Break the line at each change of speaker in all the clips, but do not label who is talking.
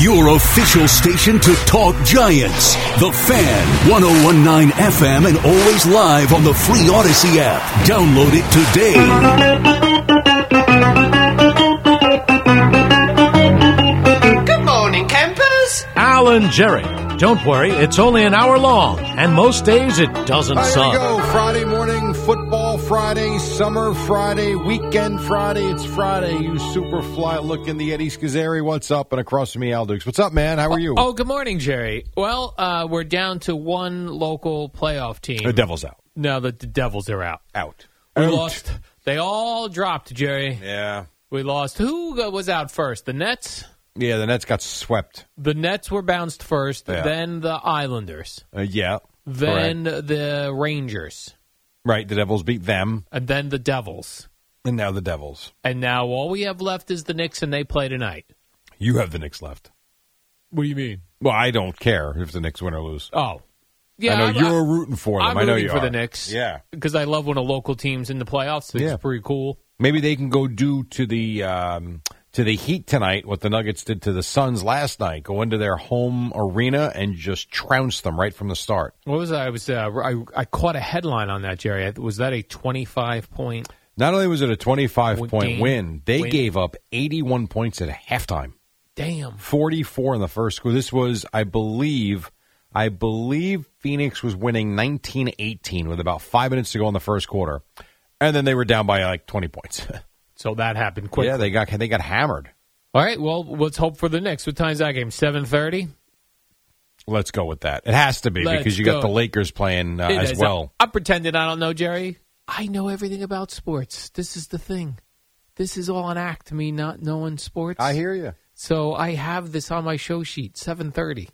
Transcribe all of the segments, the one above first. Your official station to talk giants. The Fan, 1019 FM, and always live on the free Odyssey app. Download it today.
Good morning, campers.
Alan Jerry. Don't worry, it's only an hour long, and most days it doesn't
All right,
suck.
Here we go. Friday morning, football Friday, summer Friday, weekend Friday. It's Friday. You super fly looking the Eddie Schizzeri. What's up? And across from me, Al Dukes. What's up, man? How are you?
Oh, good morning, Jerry. Well, uh, we're down to one local playoff team.
the Devils out.
No, the, the Devils are out.
Out.
We
Out.
lost. They all dropped, Jerry.
Yeah.
We lost. Who go- was out first? The Nets.
Yeah, the Nets got swept.
The Nets were bounced first.
Yeah.
Then the Islanders.
Uh, yeah.
Then the Rangers.
Right. The Devils beat them,
And then the Devils.
and now the Devils.
And now all we have left is the Knicks, and they play tonight.
You have the Knicks left.
What do you mean?
Well, I don't care if the Knicks win or lose.
Oh, yeah.
I know
I'm-
you're rooting for them.
I'm
I know
rooting
you
for
are.
the Knicks.
Yeah.
because I love when a local team's in the playoffs. It's
Yeah.
pretty cool.
Maybe they can go do to the um, to the Heat tonight what the Nuggets did to the Suns last night. Go into their home arena and just trounce them right from the start.
What was that? I was uh, I, I caught a headline on that, Jerry. Was that a twenty-five point?
Not only was it a 25
Win-
point
game.
win, they
Win.
gave up 81 points at halftime.
Damn.
44 in the first score. This was I believe I believe Phoenix was winning 19-18 with about 5 minutes to go in the first quarter. And then they were down by like 20 points.
So that happened quick.
yeah, they got they got hammered.
All right. Well, let's hope for the Knicks. What time's that game? Seven thirty.
Let's go with that. It has to be
Let's
because you got
go.
the Lakers playing uh, as well.
I'm pretending I don't know, Jerry. I know everything about sports. This is the thing. This is all an act. Me not knowing sports.
hear you.
So I have this on my show sheet. Seven thirty.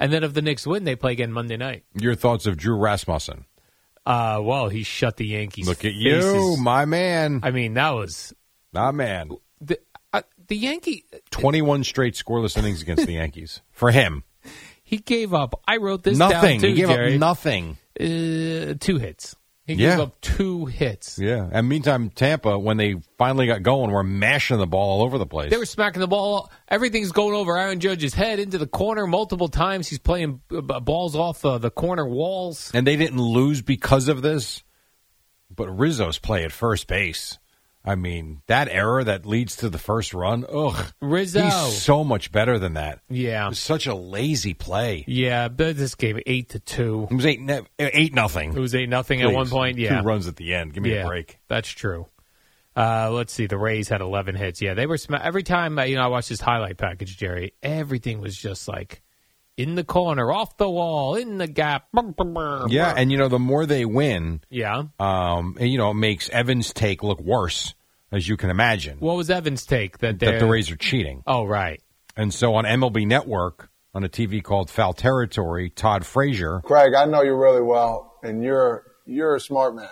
And then if the Knicks win, they play again Monday night.
Your thoughts of Drew Rasmussen?
Uh, well, he shut the Yankees.
Look at you,
faces.
my man,
I mean, that was
my man.
the uh, the Yankee.
Twenty-one straight scoreless innings against the Yankees for him.
He gave up. I wrote this
nothing.
down too,
he gave
Jerry.
up nothing.
uh, two hits. He
Yeah.
gave up two hits.
Yeah. And meantime, Tampa, when they finally got going, were mashing the ball all over the place.
They were smacking the ball. Everything's going over Aaron Judge's head into the corner multiple times. He's playing uh, b- balls off uh, the corner walls.
and they didn't lose because of this. But Rizzo's play at first base. I mean, that error that leads to the first run. Ugh.
Rizzo.
He's so much better than that. It
yeah,
was such a lazy play.
yeah. But this game eight to two.
It was eight, ne- eight nothing.
It was eight nothing at one
Please.
point. Yeah,
Two runs at the end. Give me
yeah,
a break.
That's true. Uh, let's see. The Rays had 11 hits. Yeah, they were sma- every time uh, you know I watched this highlight package, Jerry. Everything was just like in the corner, off the wall, in the gap.
Yeah, and you know the more they win,
yeah.
um, and, you know, it makes Evans' take look worse, as you can imagine.
What was Evans' take
that
that they're
the Rays are cheating,
Oh right.
and so on MLB Network on a TV called Foul Territory, Todd Frazier.
Craig, I know you really well, and you're you're a smart man.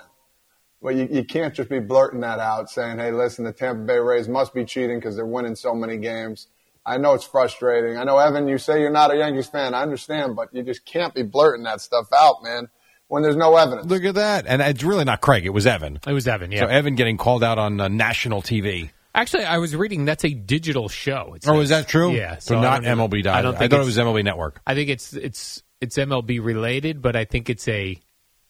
But you, you can't just be blurting that out, saying, "Hey, listen, the Tampa Bay Rays must be cheating because they're winning so many games." I know it's frustrating. I know, Evan, you say you're not a Yankees fan. I understand, but you just can't be blurting that stuff out, man, when there's no evidence.
Look at that, and it's really not Craig; it was Evan.
It was Evan. Yeah.
So Evan getting called out on uh, national TV.
Actually, I was reading that's a digital show. It's,
Oh, is that true?
Yeah,
So,
so I
not
don't even-
MLB.
I don't
I
think
thought it was
it's-
MLB Network.
I think it's it's it's MLB related, but I think it's a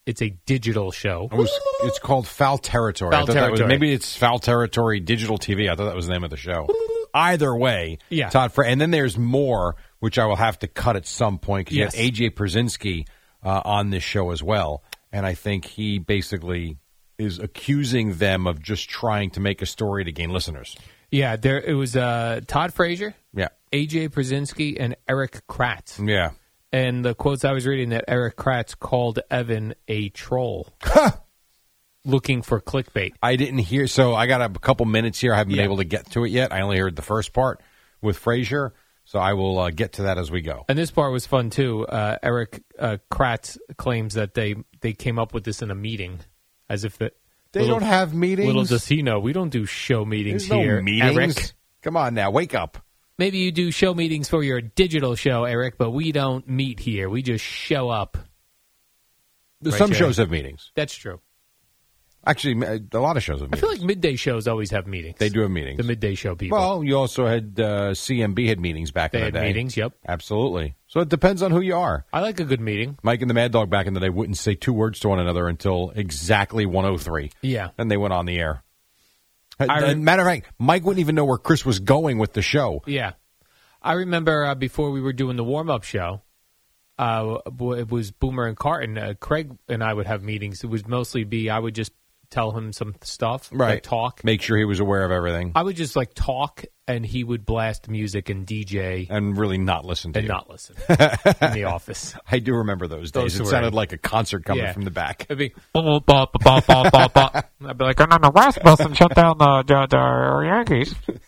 it's a digital show.
It was, it's called Foul Territory. I
Foul
thought that was-
Territory.
maybe it's Foul Territory Digital TV. I thought that was the name of the show. Either way,
Yeah.
Todd Fra- And then there's more, which I will have to cut at some point because
Yes.
you have AJ Brzezinski uh, on this show as well, and I think he basically is accusing them of just trying to make a story to gain listeners.
Yeah, there it was uh, Todd Frazier,
Yeah.
AJ Brzezinski, and Eric Kratz.
Yeah.
And the quotes I was reading that Eric Kratz called Evan a troll, looking for clickbait.
I didn't hear. So I got a couple minutes here. I haven't been
Yeah.
able to get to it yet. I only heard the first part with Frazier. So I will uh, get to that as we go.
And this part was fun too. Uh, Eric uh, Kratz claims that they they came up with this in a meeting, as if the,
They
little-
don't have meetings.
Little does he know, we don't do show meetings
There's no
here,
meetings.
Eric.
Come on now, wake up.
Maybe you do show meetings for your digital show, Eric, but we don't meet here. We just show up. Right,
Some
Jay?
shows have meetings.
That's true.
Actually, m- uh, a lot of shows have
I
meetings.
feel like midday shows always have meetings.
they do have meetings.
The midday show people.
well, you also had uh, CMB had meetings back
they
in the
had
day.
meetings. Yep.
Absolutely. So it depends on who you are.
I like a good meeting.
Mike and the Mad Dog back in the day wouldn't say two words to one another until exactly 103.
Yeah.
And they went on the air.
I re-
Uh, matter of fact, Mike wouldn't even know where Chris was going with the show.
Yeah. I remember uh, before we were doing the warm up show, uh, w- it was Boomer and Carton. Uh, Craig and I would have meetings. It would mostly be I would just tell him some stuff, like
Right.
talk.
Make sure he was aware of everything
I would just like talk, and he would blast music and DJ
and really not listen to
and
you.
not listen in the office.
I do remember those
Those
days. It
were-
sounded like a concert coming
Yeah.
from the back.
It'd be,
I'd be like, I'm on the West Bus and shut down the, the,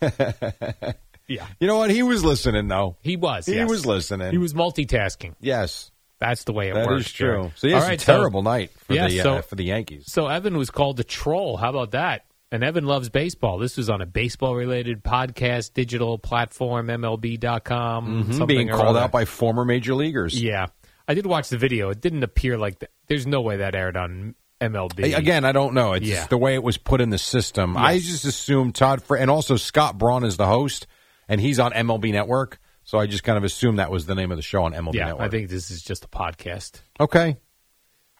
the Yankees.
yeah,
You know what? He was listening, though.
he was.
He
yes.
was listening.
He was multitasking.
yes,
That's the way it
that is
works.
true.
Jerry.
So yeah, it's
All right,
a
so-
terrible night for,
Yeah,
the, uh,
so-
for the Yankees.
So Evan was called the troll. How about that? And Evan loves baseball. This was on a baseball related podcast, digital platform, MLB.com.
Mhm.
something
Being
or
called
other.
out by former major leaguers.
Yeah. I did watch the video. It didn't appear like that. There's no way that aired on MLB.
I- Again, I don't know. It's
Yeah.
just the way it was put in the system. I just assumed Todd Fra- and also Scott Braun is the host, and he's on MLB Network. So I just kind of assumed that was the name of the show on MLB
Yeah.
Network.
I think this is just a podcast.
okay,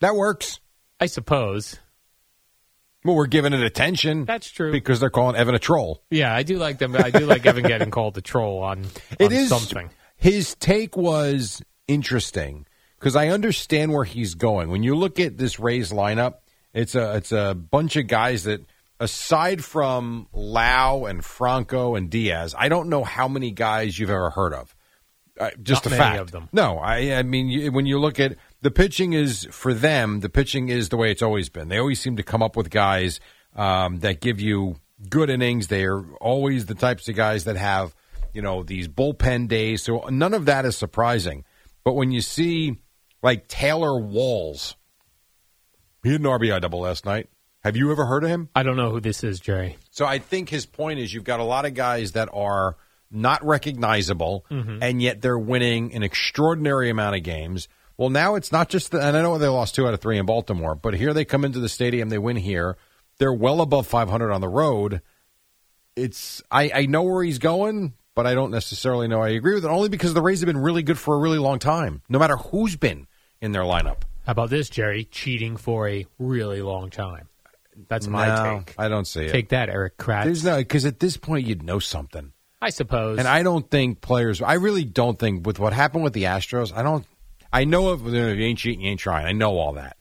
that works.
I suppose.
Well, we're giving it attention.
That's true.
because they're calling Evan a troll.
yeah. I do like them. I do like Evan getting called the troll on,
It
on
is
something.
His take was interesting because I understand where he's going. When you look at this Rays lineup, it's a it's a bunch of guys that aside from Lau and Franco and Diaz, I don't know how many guys you've ever heard of. Uh, just
Not
a
many
fact
of them.
No, I I mean you, when you look at the pitching is for them, the pitching is the way it's always been. They always seem to come up with guys um, that give you good innings. They are always the types of guys that have you know these bullpen days. So none of that is surprising. But when you see like Taylor Walls, he had an RBI double last night. Have you ever heard of him?
I don't know who this is, Jerry.
So I think his point is you've got a lot of guys that are not recognizable,
Mm-hmm.
and yet they're winning an extraordinary amount of games. Well, now it's not just the, and I know they lost two out of three in Baltimore, but here they come into the stadium, they win here. They're well above 500 on the road. It's I, I know where he's going, but I don't necessarily know I agree with it, only because the Rays have been really good for a really long time, no matter who's been in their lineup.
How about this, Jerry? Cheating for a really long time. That's my
No,
take.
I don't see it.
Take that, Eric Kratz.
There's no because at this point you'd know something.
I suppose.
And I don't think players. I really don't think with what happened with the Astros. I don't. I know if you, know, if you ain't cheating, you ain't trying. I know all that.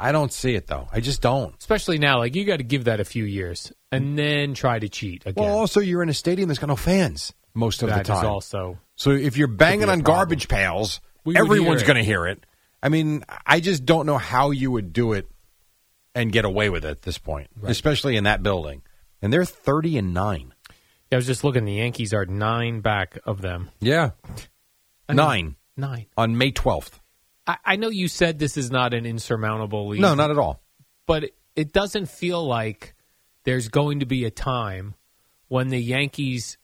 I don't see it though. I just don't.
Especially now, like you got to give that a few years and then try to cheat again.
Well, also you're in a stadium that's got no fans most of
That
the time.
is also
so if you're
could
banging
be a
on
problem.
garbage pails,
We would
everyone's
hear it.
going to hear it. I mean, I just don't know how you would do it and get away with it at this point, especially in that building. And they're thirty and nine.
I was just looking. The Yankees are nine back of them.
Yeah, nine
Nine.
on May twelfth.
I, I know you said this is not an insurmountable lead.
No, not at all.
But it, it doesn't feel like there's going to be a time when the Yankees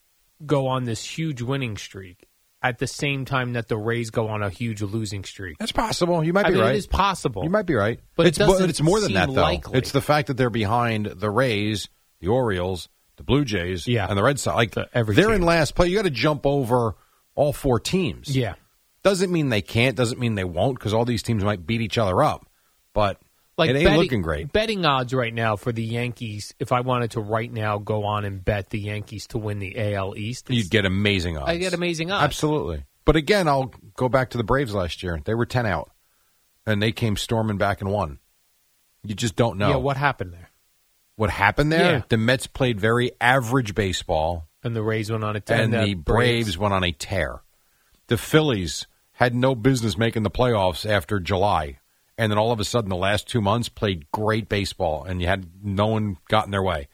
go on this huge winning streak at the same time that the Rays go on a huge losing streak.
That's possible. You might
I
be
mean,
right.
it is possible.
You might be right,
But it
it's mo-
doesn't
it's more than
seem
that though.
likely.
It's the fact that they're behind the Rays, the Orioles, the Blue Jays,
Yeah.
and the Red Sox. Like
The- every
they're
team.
in last place. You got to jump over all four teams.
Yeah.
doesn't mean they can't. Doesn't mean they won't because all these teams might beat each other up. But
like
it ain't
betting,
looking great.
Betting odds right now for the Yankees, if I wanted to right now go on and bet the Yankees to win the AL East, it's-
You'd get amazing odds.
I get amazing odds.
Absolutely. But again, I'll go back to the Braves last year. They were ten out, and they came storming back and won. You just don't know.
Yeah, what happened there?
what happened there.
Yeah.
The Mets played very average baseball,
and the Rays went on a tear.
and, the, Braves went on a tear. The Phillies had no business making the playoffs after July, and then all of a sudden, the last two months played great baseball, and you had no one got in their way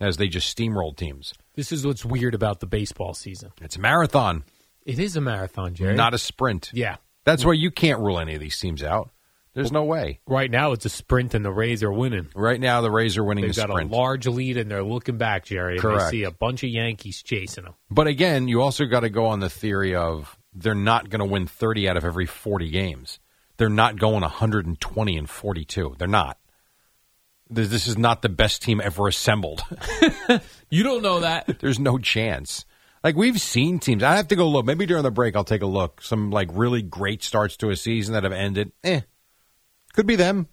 as they just steamrolled teams.
This is what's weird about the baseball season.
It's a marathon,
It is a marathon, Jerry.
not a sprint.
yeah.
That's why you can't rule any of these teams out. There's no way.
Right now, it's a sprint, and the Rays are winning.
Right now, the Rays are winning
They've
the
got
sprint.
a large lead, and they're looking back, Jerry. and
Correct.
They see a bunch of Yankees chasing them.
But again, you also got to go on the theory of they're not going to win 30 out of every 40 games. They're not going 120 and 42. They're not. This this is not the best team ever assembled.
You don't know that.
There's no chance. Like we've seen teams. I have to go look. Maybe during the break, I'll take a look. Some like really great starts to a season that have ended. Eh, could be them,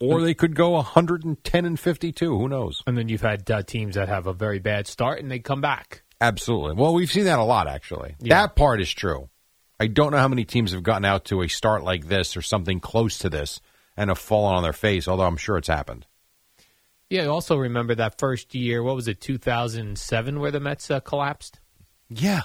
or
Mm.
they could go 110 and 52. Who knows?
and then you've had uh, teams that have a very bad start, and they come back.
Absolutely. Well, we've seen that a lot, actually.
Yeah.
That part is true. I don't know how many teams have gotten out to a start like this or something close to this and have fallen on their face, although I'm sure it's happened.
Yeah, I also remember that first year. What was it, 2007, where the Mets uh, collapsed?
Yeah.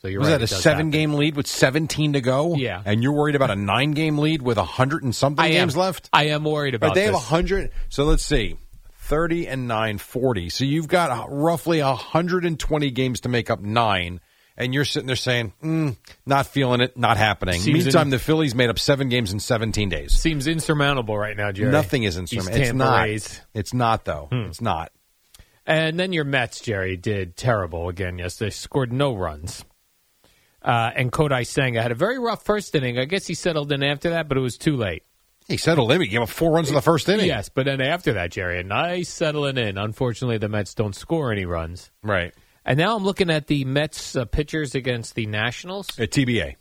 So you're
Was
right,
that
it
a
does
seven
happen.
game lead with 17 to go?
Yeah.
And you're worried about a nine game lead with 100 and something
I am-
games left?
I am worried
But
about
they have
this.
100. So let's see. 30 and 9, 40. So you've got uh, roughly 120 games to make up nine. And you're sitting there saying, mm, not feeling it, not happening.
Season-
Meantime, the Phillies made up seven games in 17 days.
Seems insurmountable right now, Jerry.
Nothing is
These
insurmountable. It's
Tampa
not.
Rays. Hmm.
It's not, though. It's not.
And then your Mets, Jerry, did terrible again yesterday. Scored no runs. Uh, and Kodai Senga had a very rough first inning. I guess he settled in after that, but it was too late.
He settled in. He gave up four runs in the first inning.
Yes, but then after that, Jerry, a nice settling in. Unfortunately, the Mets don't score any runs.
Right.
And now I'm looking at the Mets uh, pitchers against the Nationals.
At TBA.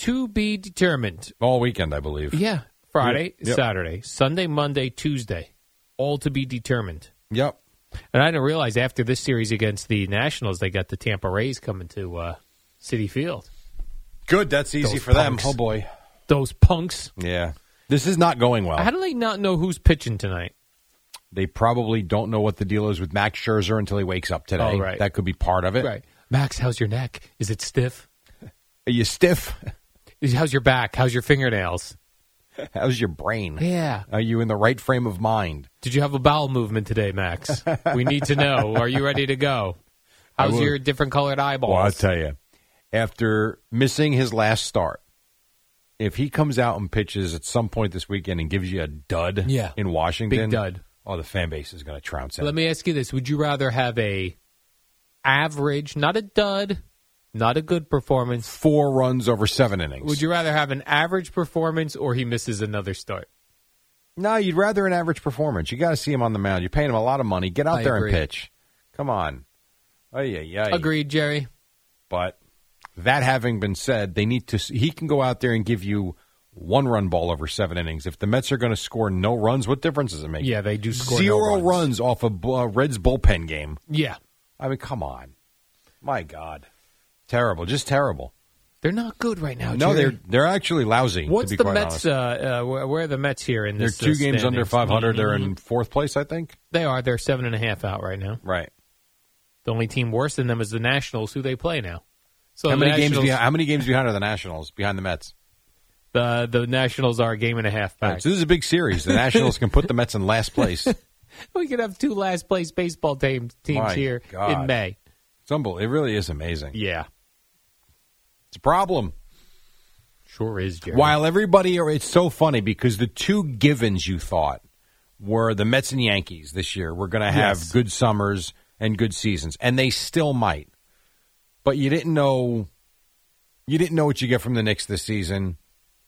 To be determined.
All weekend, I believe.
Yeah. Friday,
Yep. Yep.
Saturday, Sunday, Monday, Tuesday. All to be determined.
Yep.
And I didn't realize after this series against the Nationals, they got the Tampa Rays coming to uh, City Field.
Good. That's easy
Those
for
punks.
them. Oh, boy.
Those punks.
Yeah. This is not going well.
How do they not know who's pitching tonight?
They probably don't know what the deal is with Max Scherzer until he wakes up today.
Oh, right.
That could be part of it.
Right. Max, how's your neck? Is it stiff?
Are you stiff?
Is- How's your back? How's your fingernails?
How's your brain?
Yeah.
Are you in the right frame of mind?
Did you have a bowel movement today, Max? we need to know. Are you ready to go?
I
How's
will-
your different colored eyeballs?
tell you, after missing his last start, if he comes out and pitches at some point this weekend and gives you a dud
Yeah.
in Washington,
Big dud.
oh, the fan base is going to trounce him.
Let me ask you this: Would you rather have a average, not a dud, not a good performance?
Four runs over seven innings.
Would you rather have an average performance or he misses another start?
No, you'd rather an average performance. You got to see him on the mound. You're paying him a lot of money. Get out
I
there
agree.
and pitch. Come on. Oh, yeah, yeah.
Agreed, Jerry.
But that having been said, they need to. He can go out there and give you one run ball over seven innings. If the Mets are going to score no runs, what difference does it make?
Yeah, they do score no
zero runs.
runs.
off a bu- uh, Reds bullpen game.
Yeah,
I mean, come on, my God, terrible, just terrible.
they're not good right now.
no,
Jerry.
they're they're actually lousy.
What's
to be
the
quite honest.
Mets? Uh, uh, where where are the Mets here in
They're
this?
two
uh,
games under
standings? Mm-hmm.
500. They're in fourth place, I think.
They are. They're seven and a half out right now.
Right.
The only team worse than them is the Nationals, who they play now. So
How
the
many games?
Nationals,
Behind, how many games behind are the Nationals? Behind the Mets.
the the Nationals are a game and a half
All
back.
right, so this is a big series. The Nationals can put the Mets in last place.
We could have two last place baseball team, teams
My
here
God.
in May.
It's unbelievable. It really is amazing.
Yeah,
It's a problem.
sure is, Jerry.
While everybody are, it's so funny because the two givens you thought were the Mets and Yankees this year were going to have
Yes.
good summers and good seasons, and they still might. But you didn't know, you didn't know what you get from the Knicks this season,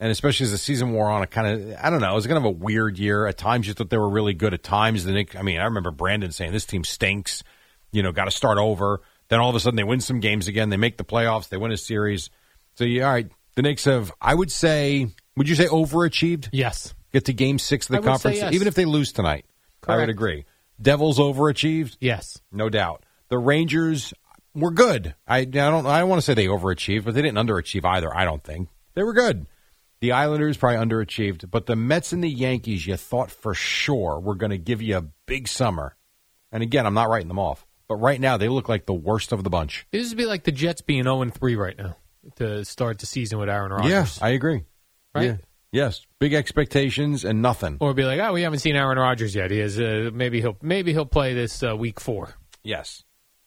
and especially as the season wore on, it kind of I don't know. It was kind of a weird year. At times you thought they were really good. At times the Knicks. I mean, I remember Brandon saying this team stinks. You know, got to start over. Then all of a sudden they win some games again. They make the playoffs. They win a series. So yeah, all right. The Knicks have, I would say, would you say overachieved?
yes,
Get to Game Six of
I
the
would say
conference,
yes.
even if they lose tonight. I
Correct.
would agree. Devils overachieved,
yes,
no doubt. The Rangers were good. I, I don't. I don't want to say they overachieved, but they didn't underachieve either. I don't think they were good. The Islanders probably underachieved, but the Mets and the Yankees, you thought for sure were going to give you a big summer. And again, I'm not writing them off, but right now they look like the worst of the bunch.
This would be like the Jets being 0 3 right now to start the season with Aaron Rodgers.
Yes, I agree.
Right?
Yeah. Yes, big expectations and nothing.
Or be like, oh, we haven't seen Aaron Rodgers yet. He is uh, maybe he'll maybe he'll play this uh, week four.
Yes,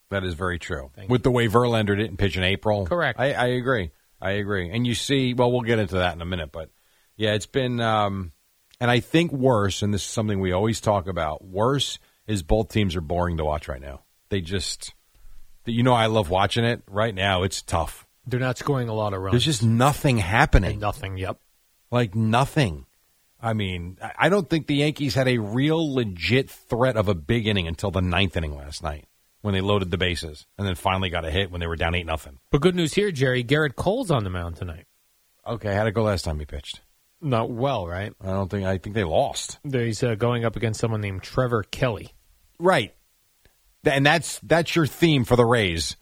that is very true.
Thank
With the way Verlander didn't pitch in April,
Correct.
I, I agree. I agree. And you see, well, we'll get into that in a minute, but yeah, it's been, um, and I think worse, and this is something we always talk about. Worse is both teams are boring to watch right now. They just, you know, I love watching it. Right now, it's tough.
They're not scoring a lot of runs.
There's just nothing happening.
nothing. Yep.
like nothing. I mean, I- I don't think the Yankees had a real legit threat of a big inning until the ninth inning last night when they loaded the bases and then finally got a hit when they were down eight nothing.
But good news here, Jerry. Garrett Cole's on the mound tonight.
Okay, how'd it go last time he pitched?
Not well, right?
I don't think I think they lost.
There He's uh, going up against someone named Trevor Kelly.
Right, Th- and that's that's your theme for the Rays.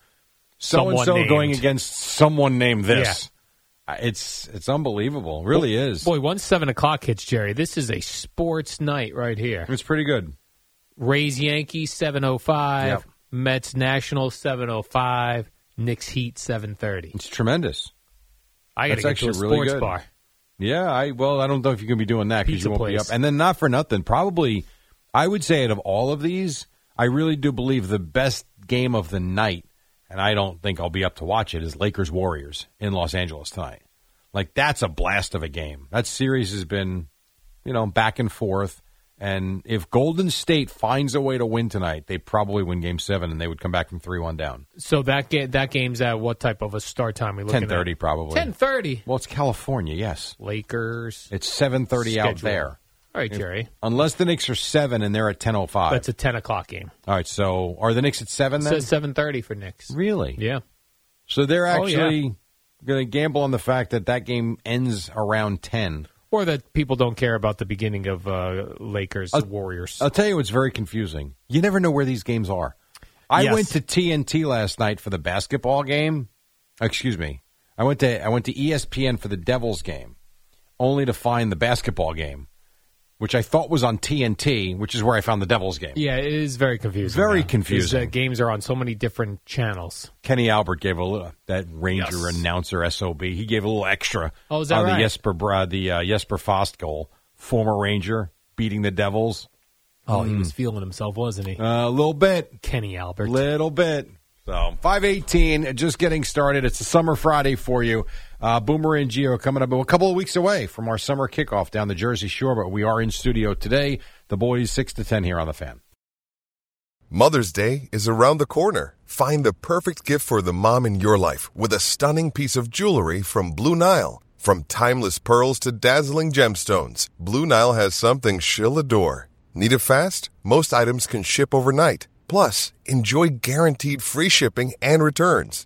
So and
Someone
so
named.
going against someone named this. I- It's it's unbelievable. It really is.
Boy, once seven o'clock hits, Jerry. This is a sports night right here.
It's pretty good.
Rays Yankees seven oh five.
Yep.
Mets Nationals seven oh five. Knicks Heat seven thirty.
It's tremendous.
I
That's
got to get to a
actually
sports
really good.
bar.
Yeah, I well, I don't know if you can be doing that because
Pizza
you won't be
place.
up. And then not for nothing, probably I would say out of all of these, I really do believe the best game of the night, and I don't think I'll be up to watch it, is Lakers Warriors in Los Angeles tonight. Like that's a blast of a game. That series has been, you know, back and forth. And if Golden State finds a way to win tonight, they probably win Game Seven, and they would come back from three-one down,
So that ga- that game's at what type of a start time? We looking
ten thirty
at?
probably.
Ten thirty.
Well, it's California, yes.
Lakers.
It's seven thirty out
Schedule.
there.
All right, Jerry.
Unless the Knicks are seven and they're at ten oh five.
That's a ten o'clock game.
All right, so are the Knicks at seven
It
then?
says seven thirty for Knicks.
really?
Yeah.
So they're
Oh,
actually
yeah.
going to gamble on the fact that that game ends around ten.
Or that people don't care about the beginning of uh, Lakers
Uh,
Warriors.
I'll tell you, it's very confusing. You never know where these games are. I
Yes.
went to TNT last night for the basketball game. Excuse me. I went to I went to E ESPN for the Devils game, only to find the basketball game, which I thought was on TNT, which is where I found the Devils game.
yeah, it is very confusing.
Very
now, because,
confusing.
uh, games are on so many different channels.
Kenny Albert gave a little that Ranger
Yes.
announcer sob. He gave a little extra
Oh, is that
on
right?
the Jesper Bra- the uh, Jesper Fast goal, former Ranger beating the Devils Uh,
Oh,
Mm.
he was feeling himself, wasn't he?
a little bit,
Kenny Albert.
little bit. So five eighteen, just getting started. It's a summer Friday for you. Uh, Boomer and Geo coming up a couple of weeks away from our summer kickoff down the Jersey Shore, but we are in studio today. The boys six to ten here on the fan.
Mother's Day is around the corner. Find the perfect gift for the mom in your life with a stunning piece of jewelry from Blue Nile. From timeless pearls to dazzling gemstones, Blue Nile has something she'll adore. Need it fast? Most items can ship overnight. Plus, enjoy guaranteed free shipping and returns.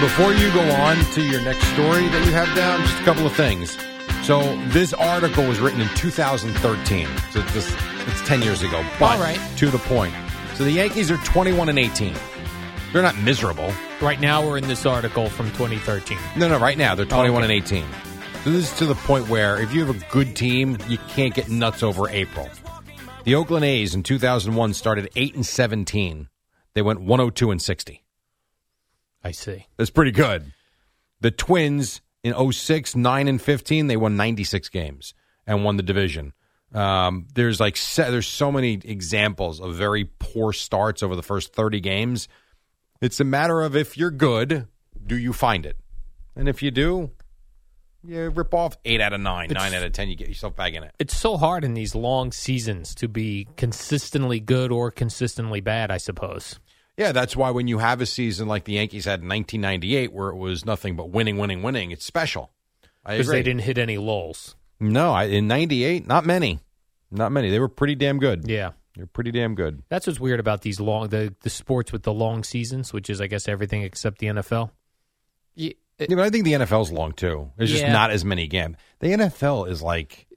Before you go on to your next story that you have down, just a couple of things. So this article was written in 2013. So this it's 10 years ago. But
All right.
to the point. So the Yankees are 21 and 18. They're not miserable.
Right now, we're in this article from 2013.
No, no, right now they're 21
Okay.
and 18. So this is to the point where if you have a good team, you can't get nuts over April. The Oakland A's in 2001 started 8 and 17. They went 102 and 60.
I see.
That's pretty good. The Twins in 06, 9 and 15, they won 96 games and won the division. Um, there's like se- there's so many examples of very poor starts over the first 30 games. It's a matter of if you're good, do you find it? And if you do, you rip off 8 out of 9,
It's-
9 out of 10, you get yourself back in it.
It's so hard in these long seasons to be consistently good or consistently bad, I suppose.
Yeah, that's why when you have a season like the Yankees had in 1998 where it was nothing but winning, winning, winning, it's special. I
Because they
agree.
didn't hit any lulls.
No, I, in '98, not many, not many. They were pretty damn good.
Yeah.
They're pretty damn good.
That's what's weird about these long the, the sports with the long seasons, which is I guess everything except the NFL. Yeah,
yeah, but I think the NFL's long too. There's just
Yeah.
not as many games. The NFL is like, oh,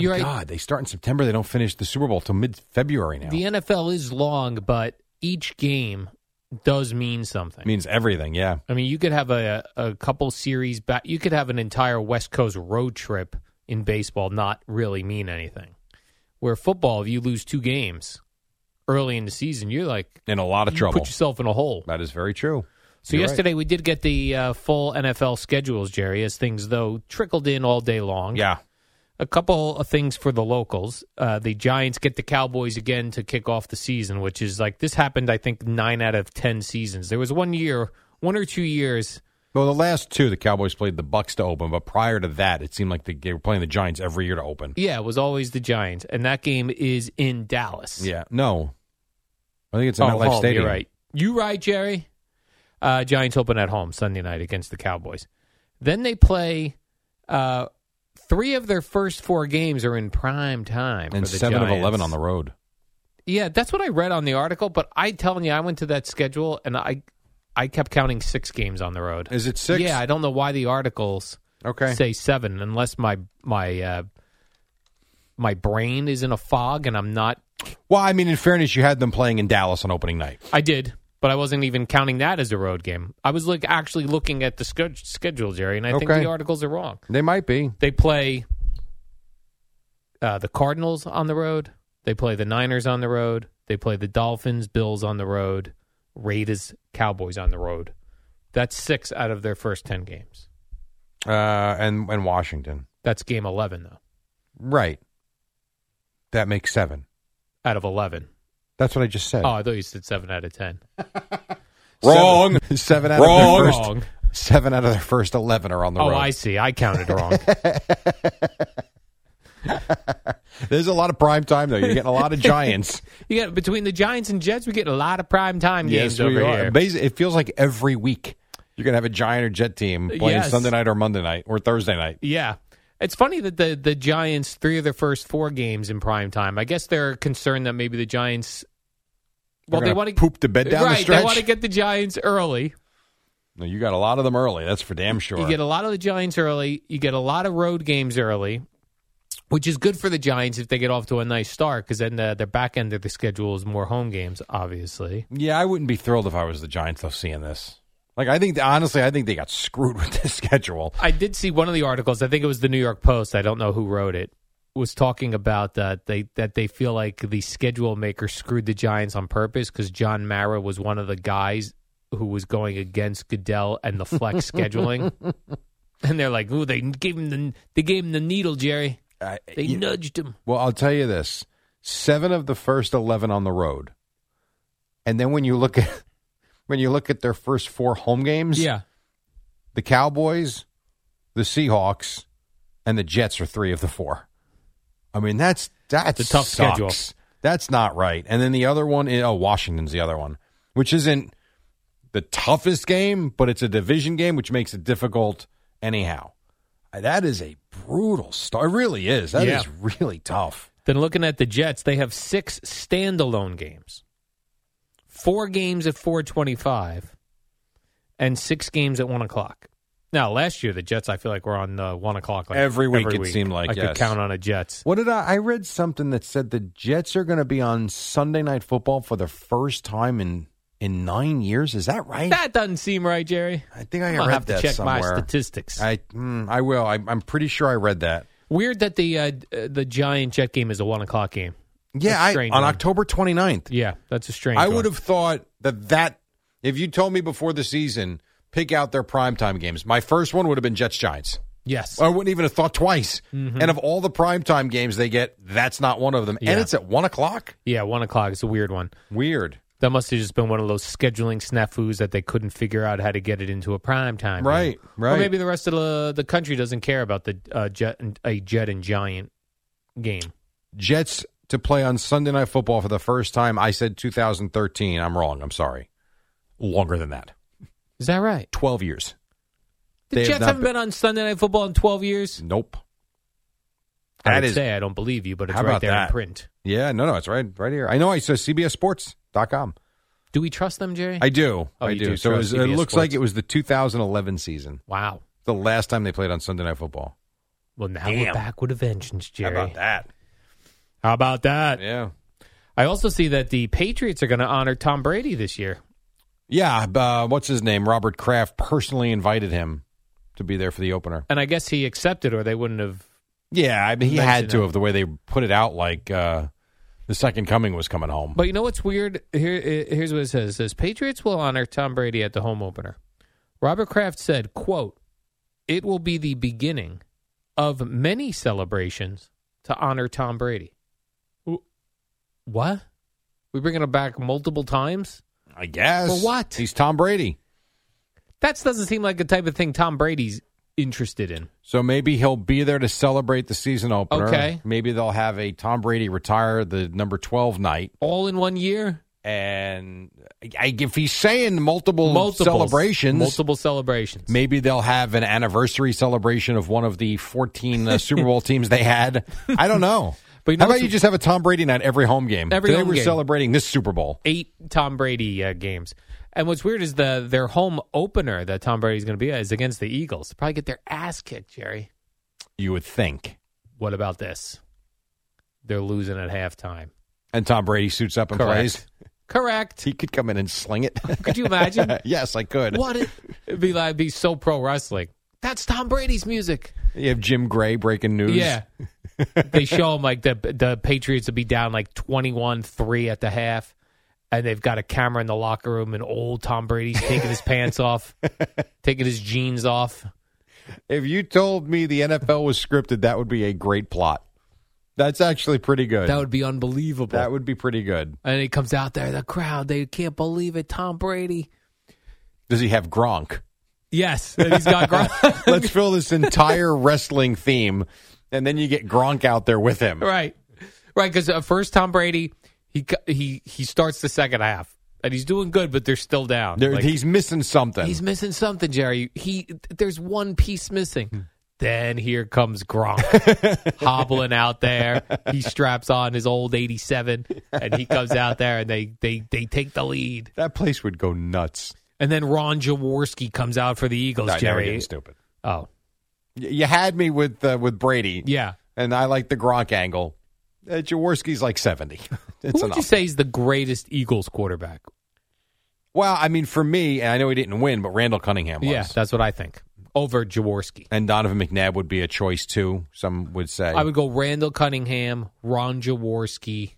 You're right.
God, they start in September. They don't finish the Super Bowl till mid February now.
The NFL is long, but each game does mean something.
It means everything. Yeah,
I mean, you could have a, a couple series back. You could have an entire West Coast road trip in baseball not really mean anything. Where football, if you lose two games early in the season, you're like
in a lot of
you
trouble.
Put yourself in a hole.
that is very true.
So
You're right.
yesterday we did get the uh, full NFL schedules, Jerry, as things though trickled in all day long.
yeah,
A couple of things for the locals. Uh, the Giants get the Cowboys again to kick off the season, which is like this happened, I think, nine out of 10 seasons. There was one year, one or two years.
Well, the last two, the Cowboys played the Bucks to open, but prior to that, it seemed like they, they were playing the Giants every year to open.
Yeah, it was always the Giants. And that game is in Dallas.
Yeah, no, I think it's a
Oh,
MetLife
home,
Stadium.
You're right. You right, Jerry. Uh, Giants open at home Sunday night against the Cowboys. Then they play. Uh, three of their first four games are in prime time.
And
for the
seven of
Giants.
eleven on the road.
Yeah, that's what I read on the article. But I telling you, I went to that schedule and I, I kept counting six games on the road.
Is it six?
Yeah, I don't know why the articles
Okay.
say seven, unless my my uh, my brain is in a fog and I'm not.
Well, I mean, in fairness, you had them playing in Dallas on opening night.
I did, but I wasn't even counting that as a road game. I was like actually looking at the sched- schedule, Jerry, and I think
Okay.
the articles are wrong.
They might be.
They play uh, the Cardinals on the road. They play the Niners on the road. They play the Dolphins, Bills on the road, Raiders, Cowboys on the road. That's six out of their first ten games.
Uh, and and Washington,
That's game eleven though,
right? That makes seven.
out of eleven.
That's what I just said.
Oh, I thought you said seven out of ten.
wrong. Seven, out
Wrong.
of their first
Wrong.
seven out of their first eleven are on the
oh,
road.
I see. I counted wrong.
There's a lot of prime time though. You're getting a lot of Giants.
yeah, between the Giants and Jets, we get a lot of prime time games
we
over
are.
here.
Basi- it feels like every week you're gonna have a Giant or Jet team playing
Yes.
Sunday night or Monday night or Thursday night.
Yeah. It's funny that the, the Giants, three of their first four games in prime time. I guess they're concerned that maybe the Giants. Well,
They're
they
gonna
want to
poop the bed down the
right,
stretch.
They want to get the Giants early.
No, you got a lot of them early. That's for damn sure.
You get a lot of the Giants early. You get a lot of road games early, which is good for the Giants if they get off to a nice start because then the, their back end of the schedule is more home games, obviously.
Yeah, I wouldn't be thrilled if I was the Giants though seeing this. Like I think honestly, I think they got screwed with this schedule.
I did see one of the articles. I think it was the New York Post. I don't know who wrote it. Was talking about that they that they feel like the schedule maker screwed the Giants on purpose because John Mara was one of the guys who was going against Goodell and the flex scheduling, and they're like, "Ooh, they gave him the they gave him the needle, Jerry.
I-
They
you-
nudged him."
well, I'll tell you this: seven of the first eleven on the road, and then when you look at when you look at their first four home games, the Cowboys, the Seahawks, and the Jets are three of the four. I mean, that's that's
It's a tough schedule.
That's not right. And then the other one, is, oh, Washington's the other one, which isn't the toughest game, but it's a division game, which makes it difficult anyhow. Uh, That is a brutal start. It really is. That is
Yeah.
really tough.
Then looking at the Jets, they have six standalone games, four games at four twenty-five, and six games at one o'clock. Now, last year the Jets, I feel like were on uh, one o'clock like,
Every week it seemed like,
I
yes.
could count on a Jets.
What did I? I read something that said the Jets are going to be on Sunday Night Football for the first time in in nine years. Is that right?
That doesn't seem right, Jerry.
I think I
am
read
have to
that
check my
somewhere.
statistics.
I mm, I will. I, I'm pretty sure I read that.
Weird that the uh, d- uh, the Giant Jet game is a one o'clock game.
Yeah,
That's
I, on
strange one.
October 29th.
Yeah, that's a strange.
I
one.
would have thought that that if you told me before the season pick out their primetime games, my first one would have been Jets Giants.
Yes.
I wouldn't even have thought twice. And of all the primetime games they get, that's not one of them.
Mm-hmm. Yeah.
And it's at one o'clock.
Yeah, one o'clock is a weird one.
Weird,
That must have just been one of those scheduling snafus that they couldn't figure out how to get it into a prime time.
right? Right.
Or maybe the rest of the the country doesn't care about the uh, jet and, a jet and giant game.
Jets to play on Sunday Night Football for the first time. I said 2013. I'm wrong. I'm sorry. Longer than that,
Is that right?
twelve years.
The
They have
Jets
not
haven't
been-
been on Sunday Night Football in twelve years.
Nope.
I
That
would
is
say I don't believe you, but it's
How
right
about
there
that?
in print.
yeah. No, no, it's right, right here. I know. I saw CBSSports.com.
Do we trust them, Jerry?
I do.
Oh,
I
you
do.
do
So it,
trust
was, it
CBS
looks like
Sports.
it was the 2011 season,
wow.
the last time they played on Sunday Night Football.
Well, now
Damn.
we're back with a vengeance, Jerry.
How about that?
How about that?
Yeah.
I also see that the Patriots are going to honor Tom Brady this year.
Yeah. Uh, what's his name? Robert Kraft personally invited him to be there for the opener.
And I guess he accepted, or they wouldn't have.
Yeah. I mean, he
Nice
had to
enough.
have the way they put it out, like uh, the second coming was coming home.
But you know what's weird? Here, eh, here's what it says: it says Patriots will honor Tom Brady at the home opener. Robert Kraft said, "quote It will be the beginning of many celebrations to honor Tom Brady." Wh- What? We bringing him back multiple times?
I guess.
For what?
He's Tom Brady.
That doesn't seem like the type of thing Tom Brady's interested in.
So maybe he'll be there to celebrate the season opener.
Okay.
Maybe they'll have a Tom Brady retire the number 12 night.
All in one year,
And I, if he's saying multiple
multiple
celebrations,
multiple celebrations.
maybe they'll have an anniversary celebration of one of the 14 uh, Super Bowl teams they had. I don't know.
But you know
How about
what's-
you just have a Tom Brady night every home game?
Every
Today
home
we're
game.
celebrating this Super Bowl.
eight Tom Brady uh, games. And what's weird is the their home opener that Tom Brady's going to be at is against the Eagles. They'll probably get their ass kicked, Jerry.
You would think.
What about this? They're losing at halftime.
And Tom Brady suits up and plays.
Correct.
He could come in and sling it.
Could you imagine?
yes, I could.
what it, it'd be like be so pro wrestling. That's Tom Brady's music.
You have Jim Gray breaking news.
Yeah. they show them like the the Patriots will be down like 21-3 at the half and they've got a camera in the locker room and old Tom Brady's taking his pants off, taking his jeans off.
If you told me the NFL was scripted, that would be a great plot. That's actually pretty good.
That would be unbelievable.
That would be pretty good.
and he comes out there, the crowd, they can't believe it. Tom Brady.
Does he have Gronk?
Yes, and he's got gr-
Let's fill this entire wrestling theme, and then you get Gronk out there with him.
right, right. Because uh, first Tom Brady, he co- he he starts the second half, and he's doing good, but they're still down.
There-
Like,
he's missing something.
he's missing something, Jerry. He there's one piece
Hmm.
missing. Then here comes Gronk hobbling out there. He straps on his old '87, and he comes out there, and they they they take the lead.
that place would go nuts.
And then Ron Jaworski comes out for the Eagles,
Nah, now we're
Jerry.
getting stupid.
Oh,
Y- You had me with uh, with Brady,
yeah.
and I like the Gronk angle. Uh, Jaworski's like seventy. It's
Who would
enough.
you say is the greatest Eagles quarterback?
well, I mean, for me, and I know he didn't win, but Randall Cunningham was.
Yeah, that's what I think. Over Jaworski.
and Donovan McNabb would be a choice too. Some would say.
I would go Randall Cunningham, Ron Jaworski,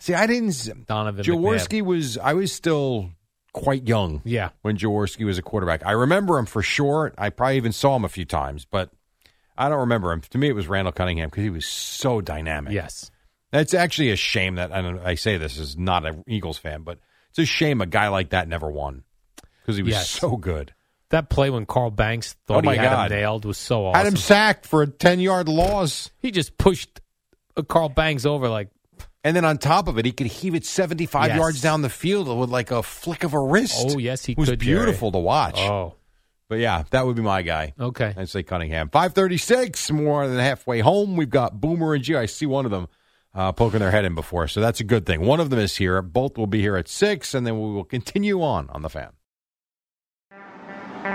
See, I didn't. s-
Donovan McNabb.
Jaworski was. I was still quite young
Yeah.
when Jaworski was a quarterback. I remember him for sure. I probably even saw him a few times, but I don't remember him. To me, it was Randall Cunningham because he was so dynamic.
Yes.
that's actually a shame that I, don't, I say this is not an Eagles fan, but it's a shame a guy like that never won because he was
Yes.
so good.
That play when Carl Banks thought
Oh, my
he had
God.
him nailed was so
Adam
awesome.
Had him sacked for a ten yard loss,
he just pushed uh, Carl Banks over like
and then on top of it, he could heave it seventy five
Yes.
yards down the field with like a flick of a wrist.
Oh, yes, he
it was
could, Jerry.
beautiful to watch.
Oh.
But yeah, that would be my guy.
Okay.
I'd say Cunningham. 536, more than halfway home. We've got Boomer and G. I see one of them uh, poking their head in before, so that's a good thing. One of them is here. Both will be here at 6, and then we will continue on on the fan.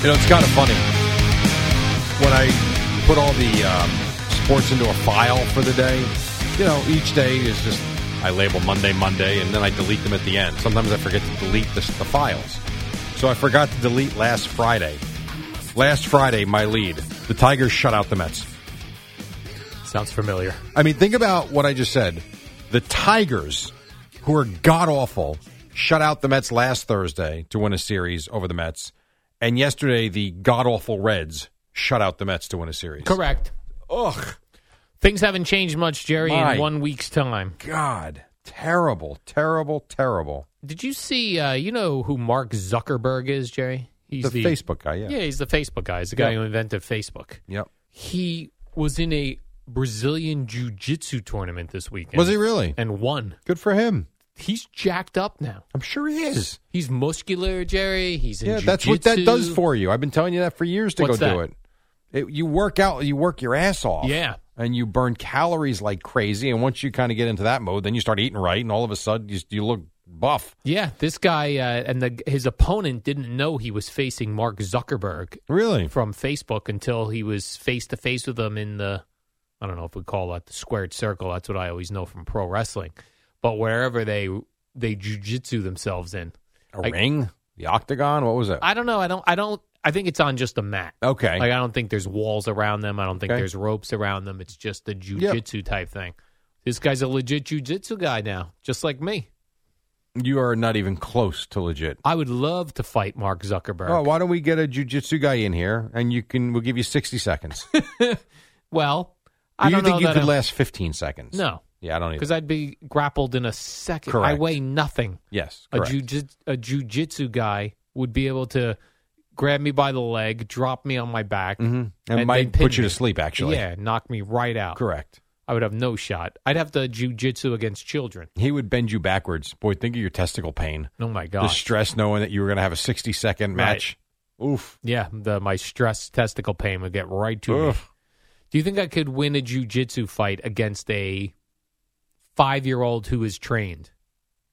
You know, it's kind of funny when I put all the um, sports into a file for the day. You know, each day is just I label Monday, Monday, and then I delete them at the end. Sometimes I forget to delete the, the files, so I forgot to delete last Friday. Last Friday, my lead: the Tigers shut out the Mets.
Sounds familiar.
I mean, think about what I just said. The Tigers, who are god awful, shut out the Mets last Thursday to win a series over the Mets. And yesterday, the god awful Reds shut out the Mets to win a series.
Correct.
Ugh.
Things haven't changed much, Jerry,
My
in one week's time.
God. Terrible, terrible, terrible.
Did you see, uh, you know who Mark Zuckerberg is, Jerry? He's
The Facebook guy, yeah.
Yeah, he's the Facebook guy. He's the guy
Yeah.
who invented Facebook.
Yep.
He was in a Brazilian Jiu Jitsu tournament this weekend.
Was he really?
And won.
Good for him.
He's jacked up now.
I'm sure he is.
He's muscular, Jerry. He's in
yeah, that's what that
jujitsu.
does for you. I've been telling you that for years to
What's
go do
that?
it. it. You work out, you work your ass off.
Yeah.
And you burn calories like crazy. And once you kind of get into that mode, then you start eating right. And all of a sudden, you, you look buff.
Yeah, this guy uh, and the, his opponent didn't know he was facing Mark Zuckerberg
Really?
from Facebook until he was face to face with him in the, I don't know if we call that the squared circle. That's what I always know from pro wrestling, but wherever they they jujitsu themselves in.
A
Like-
ring? The octagon? What was it?
I don't know. I don't. I don't. I think it's on just a mat.
okay.
Like I don't think there's walls around them. I don't think
Okay.
there's ropes around them. It's just the jujitsu type thing. This guy's a legit jujitsu guy now, just like me.
you are not even close to legit.
I would love to fight Mark Zuckerberg.
Oh, why don't we get a jujitsu guy in here and you can we'll give you sixty seconds.
Well, I
Do you
don't know
think you
that
could
I'm-
last fifteen seconds?
No,
Yeah, I don't either.
because I'd be grappled in a second. I
Correct.
weigh nothing.
yes,
A
correct.
jiu a jujitsu guy would be able to grab me by the leg, drop me on my back,
Mhm.
and
And
they
might
pin
put you
me.
to sleep. Actually,
yeah, knock me right out.
correct.
I would have no shot. I'd have to jujitsu against children.
He would bend you backwards. Boy, think of your testicle pain.
Oh my
The
gosh!
stress knowing that you were going to have a sixty-second
Right.
match. Oof.
yeah, the, my stress testicle pain would get right to me.
Ugh.
Do you think I could win a jujitsu fight against a five-year-old who is trained?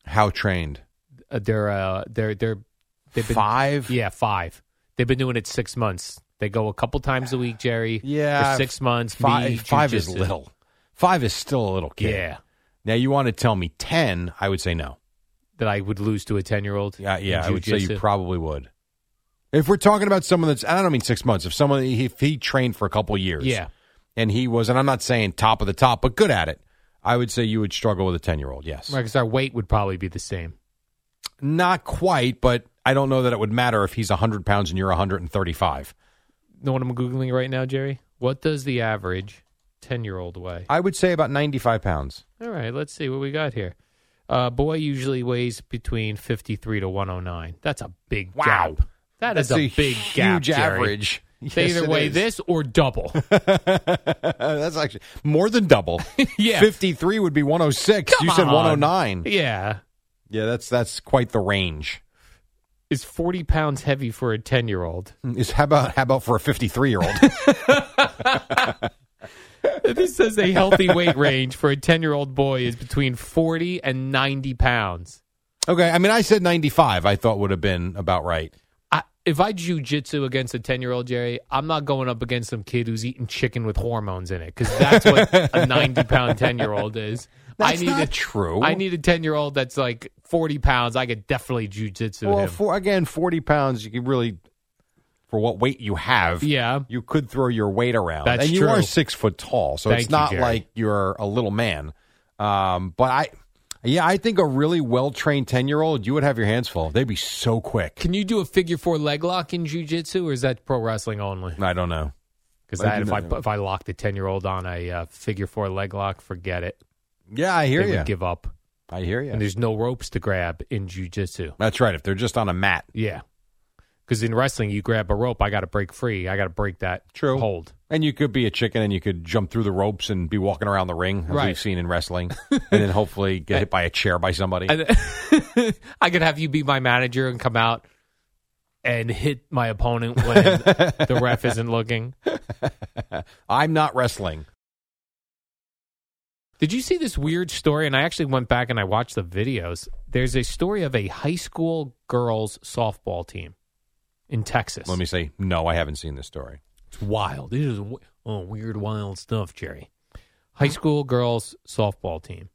How trained?
Uh, they're uh, they're they're they've been
Five.
Yeah, five. They've been doing it six months. They go a couple times a week, Jerry.
Yeah,
for six months. me,
Five. Five is
jujitsu.
little. Five is still a little
Yeah.
kid. Now you want to tell me ten? I would say no.
that I would lose to a ten-year-old.
Yeah, yeah,
in
I would say you
jujitsu.
probably would. If we're talking about someone that's, I don't mean six months. If someone if he trained for a couple years,
Yeah,
and he was, and I'm not saying top of the top, but good at it, I would say you would struggle with a ten year old. Yes,
right. Because our weight would probably be the same.
not quite, but I don't know that it would matter if he's hundred pounds and you're 135.
Know what I'm googling right now, Jerry? What does the average ten-year-old weigh?
I would say about 95 pounds.
All right, let's see what we got here. Uh, boy usually weighs between 53 to 109. That's a big
Wow.
gap. That is
That's
a, big
huge
gap, Jerry.
average.
They
Yes,
either
it
weigh
is.
this or double.
that's actually more than double.
Yeah.
53 would be 106.
Come
you said
on.
109.
yeah.
Yeah, that's that's quite the range.
Is 40 pounds heavy for a 10 year old?
Is how about how about for a 53 year old?
this says a healthy weight range for a 10 year old boy is between 40 and 90 pounds.
okay, I mean I said 95 I thought would have been about right.
I, if I jujitsu against a 10 year old Jerry, I'm not going up against some kid who's eating chicken with hormones in it because that's what a 90 pound 10 year old is.
That's
I need
not
a,
true.
I need a 10 year old that's like 40 pounds. I could definitely jujitsu
Well,
him.
for, again, 40 pounds you could really for what weight you have.
yeah.
You could throw your weight around.
That's
and you
true.
are 6 foot tall, so
Thank
it's
you,
not
Jerry.
like you're a little man. Um, but I yeah, I think a really well-trained 10-year-old, you would have your hands full. They'd be so quick.
Can you do a figure four leg lock in jujitsu or is that pro wrestling only?
I don't know.
Because
I do
if I
not know.
if I locked a ten year old on a uh, figure four leg lock, forget it.
Yeah, I hear
they
you.
would give up.
I hear you.
And there's no ropes to grab in jujitsu.
That's right. If they're just on a mat.
Yeah. Because in wrestling, you grab a rope. I got to break free. I got to break that
True.
hold.
And you could be a chicken and you could jump through the ropes and be walking around the ring, as
Right.
we've seen in wrestling, and then hopefully get hit by a chair by somebody.
And- I could have you be my manager and come out and hit my opponent when the ref isn't looking.
I'm not wrestling.
Did you see this weird story? And I actually went back and I watched the videos. There's a story of a high school girls softball team in Texas.
Let me say, no, I haven't seen this story.
It's wild. This is w- oh, weird, wild stuff, Jerry. High school girls softball team.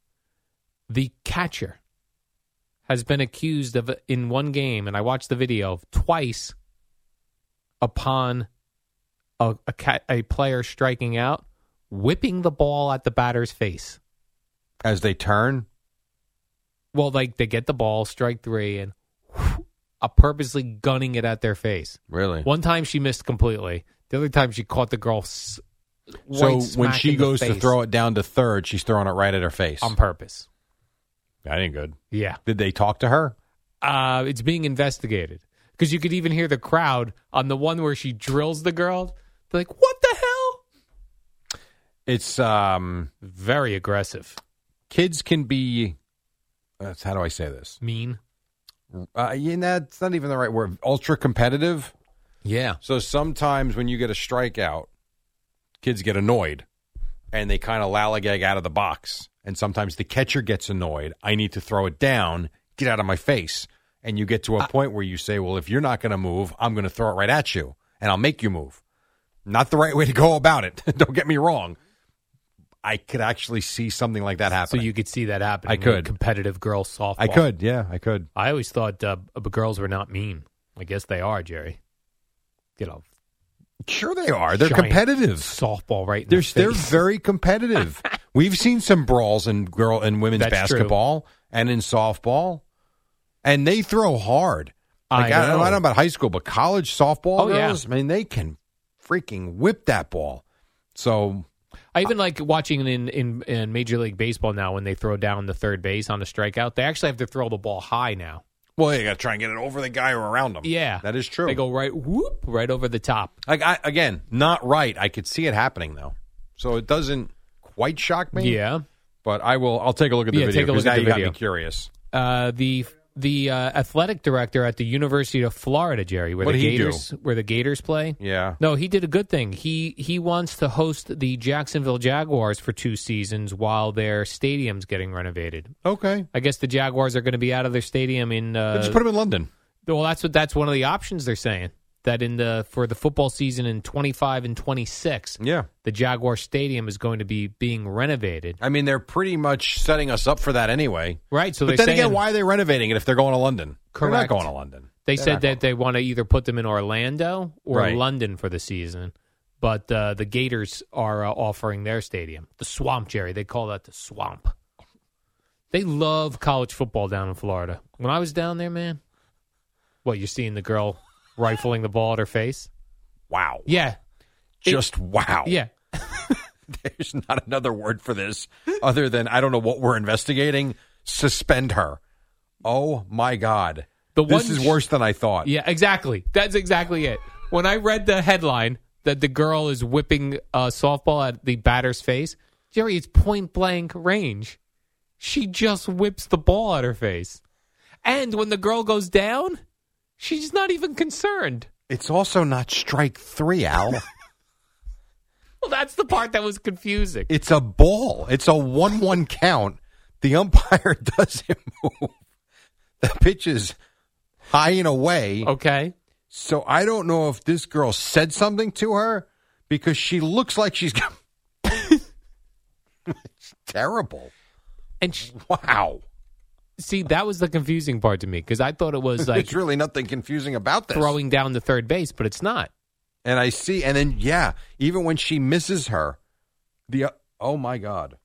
The catcher has been accused of, in one game, and I watched the video of twice upon a, a, ca- a player striking out, whipping the ball at the batter's face.
As they turn,
Well, like they get the ball, strike three, and uh, purposely gunning it at their face.
really.
One time she missed completely. The other time she caught the girl. S-
so
right
when
smack
she
in the
goes to
face
throw it down to third, she's throwing it right at her face.
on purpose.
that ain't good.
Yeah,
Did they talk to her?
uh, it's being investigated because you could even hear the crowd on the one where she drills the girl. They're like, "What the hell?"
It's um,
Very aggressive,
kids can be. That's how do I say this?
mean.
Uh, you know, that's not even the right word. Ultra competitive.
Yeah,
So sometimes when you get a strikeout, kids get annoyed and they kind of lallygag out of the box. And sometimes the catcher gets annoyed. I need to throw it down. Get out of my face. And you get to a point where you say, well, if you're not going to move, I'm going to throw it right at you and I'll make you move. Not the right way to go about it. Don't get me wrong. I could actually see something like that
so
happen.
you could see that happen.
I
in
could.
competitive girl softball.
I could. Yeah, I could.
I always thought uh, b- girls were not mean. I guess they are, Jerry. Get off.
Sure, they are. They're
giant
competitive.
Softball, right? In
They're,
the face.
they're very competitive. We've seen some brawls in girl and women's
That's true.
basketball and in softball, and they throw hard.
I
Like, I, don't, I
know.
don't know about high school, but college softball
Oh, yeah.
girls, I mean, they can freaking whip that ball. So
I even like watching in, in in Major League Baseball now when they throw down the third base on a strikeout. They actually have to throw the ball high now.
Well, you got to try and get it over the guy or around him.
Yeah,
that is true.
They go right whoop right over the top.
like I, again, not right. I could see it happening though, so it doesn't quite shock me.
Yeah.
but I will. I'll take a look at the
Yeah,
video
take a look
because now
at the
you
video.
got me curious.
Uh, the the uh, athletic director at the University of Florida, Jerry, where
What'd
the
he do?
Gators where the Gators play.
Yeah,
No, he did a good thing. He he wants to host the Jacksonville Jaguars for two seasons while their stadium's getting renovated.
okay.
I guess the Jaguars are going to be out of their stadium in uh,
They just put him in London.
Well, that's what that's one of the options they're saying that in the for the football season in 25 and 26,
Yeah.
the Jaguar Stadium is going to be being renovated.
I mean, they're pretty much setting us up for that anyway.
Right, so
but
they're
then
saying,
again, why are they renovating it if they're going to London?
Correct.
They're not going to London.
They
They're
said
not
that they want to either put them in Orlando or
Right.
London for the season, but uh, the Gators are uh, offering their stadium, the Swamp, Jerry. They call that the Swamp. They love college football down in Florida. When I was down there, man, what you're seeing the girl rifling the ball at her face?
Wow.
Yeah,
Just wow.
yeah.
There's not another word for this other than I don't know what we're investigating. Suspend her. Oh my God.
The
this
one
is
sh-
worse than I thought.
Yeah, exactly. That's exactly it. When I read the headline that the girl is whipping a softball at the batter's face, Jerry, it's point blank range. She just whips the ball at her face. And when the girl goes down, she's not even concerned.
It's also not strike three, Al.
Well, that's the part that was confusing.
it's a ball. It's a one-one count. The umpire doesn't move. The pitch is high and away.
Okay.
So I don't know if this girl said something to her because she looks like she's It's terrible.
And sh
Wow.
see, that was the confusing part to me because I thought it was like
There's really nothing confusing about this.
throwing down to third base, but it's not.
And I see and then yeah, even when she misses her, the oh my god.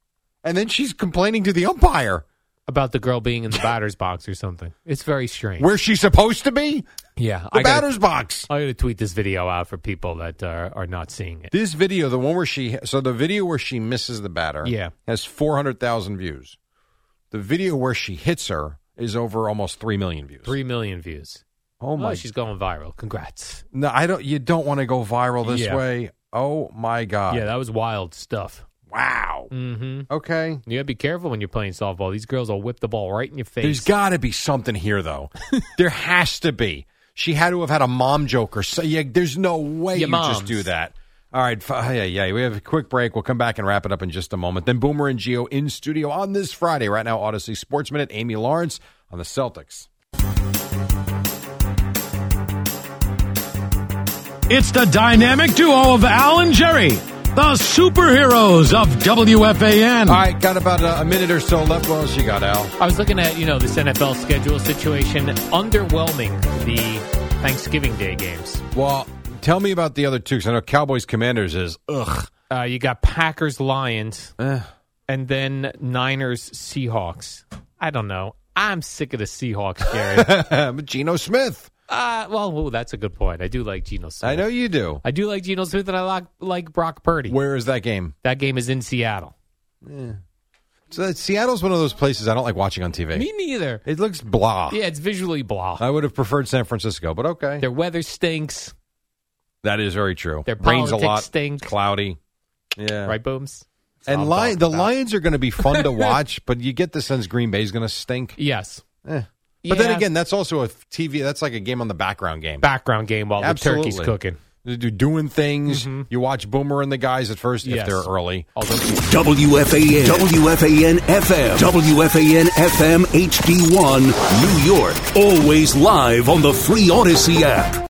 And then she's complaining to the umpire
About the girl being in the batter's box or something. It's very strange.
where she's supposed to be,
yeah,
the
I gotta-
batter's box.
I'm going to tweet this video out for people that uh, are not seeing it.
This video, the one where she so the video where she misses the batter
Yeah.
has 400,000 views. The video where she hits her is over almost three million views.
Three million views.
Oh my!
Well, she's going viral. Congrats.
no, I don't. You don't want to go viral this
Yeah.
way. Oh my god!
yeah, that was wild stuff.
Wow.
Mm-hmm.
Okay.
You got to be careful when you're playing softball. These girls will whip the ball right in your face.
There's got to be something here, though. there has to be. She had to have had a mom joke or so. Yeah, there's no way
Your
you
moms.
just do that. All right, fi- yeah, yeah. We have a quick break. We'll come back and wrap it up in just a moment. Then Boomer and Geo in studio on this Friday. Right now, Odyssey Sports Minute. Amy Lawrence on the Celtics.
It's the dynamic duo of Al and Jerry, the superheroes of WFAN.
All right, got about a, a minute or so left. What else you got, Al?
I was looking at, you know, this NFL schedule situation. Underwhelming, the Thanksgiving Day games.
Well, tell me about the other two. 'cause I know Cowboys Commanders is ugh.
Uh, you got Packers Lions,
Eh.
and then Niners Seahawks. I don't know. I'm sick of the Seahawks, Jared.
But Geno Smith.
uh, well, ooh, that's a good point. I do like Geno Smith.
I know you do.
I do like Geno Smith, and I like, like Brock Purdy.
Where is that game?
That game is in Seattle.
So, uh, Seattle's one of those places I don't like watching on TV.
Me neither.
It looks blah.
Yeah, it's visually blah.
I would have preferred San Francisco, but okay.
Their weather stinks,
That is very true.
Their
Rains a
politics
lot.
stink.
Cloudy. Yeah.
right, Booms?
And
I'm
Lion,
talking
the
about.
Lions are going to be fun to watch, but you get the sense Green Bay's going to stink.
Yes.
Eh. But then
Yeah.
again, that's also a TV. That's like a game on the background game.
Background game while the turkey's
Absolutely.
cooking.
They're doing things. You watch Boomer and the guys at first if
Mm-hmm. Yes.
they're early.
Although
WFAN, WFAN FM, WFAN FM HD1, New York. Always live on the free Odyssey app.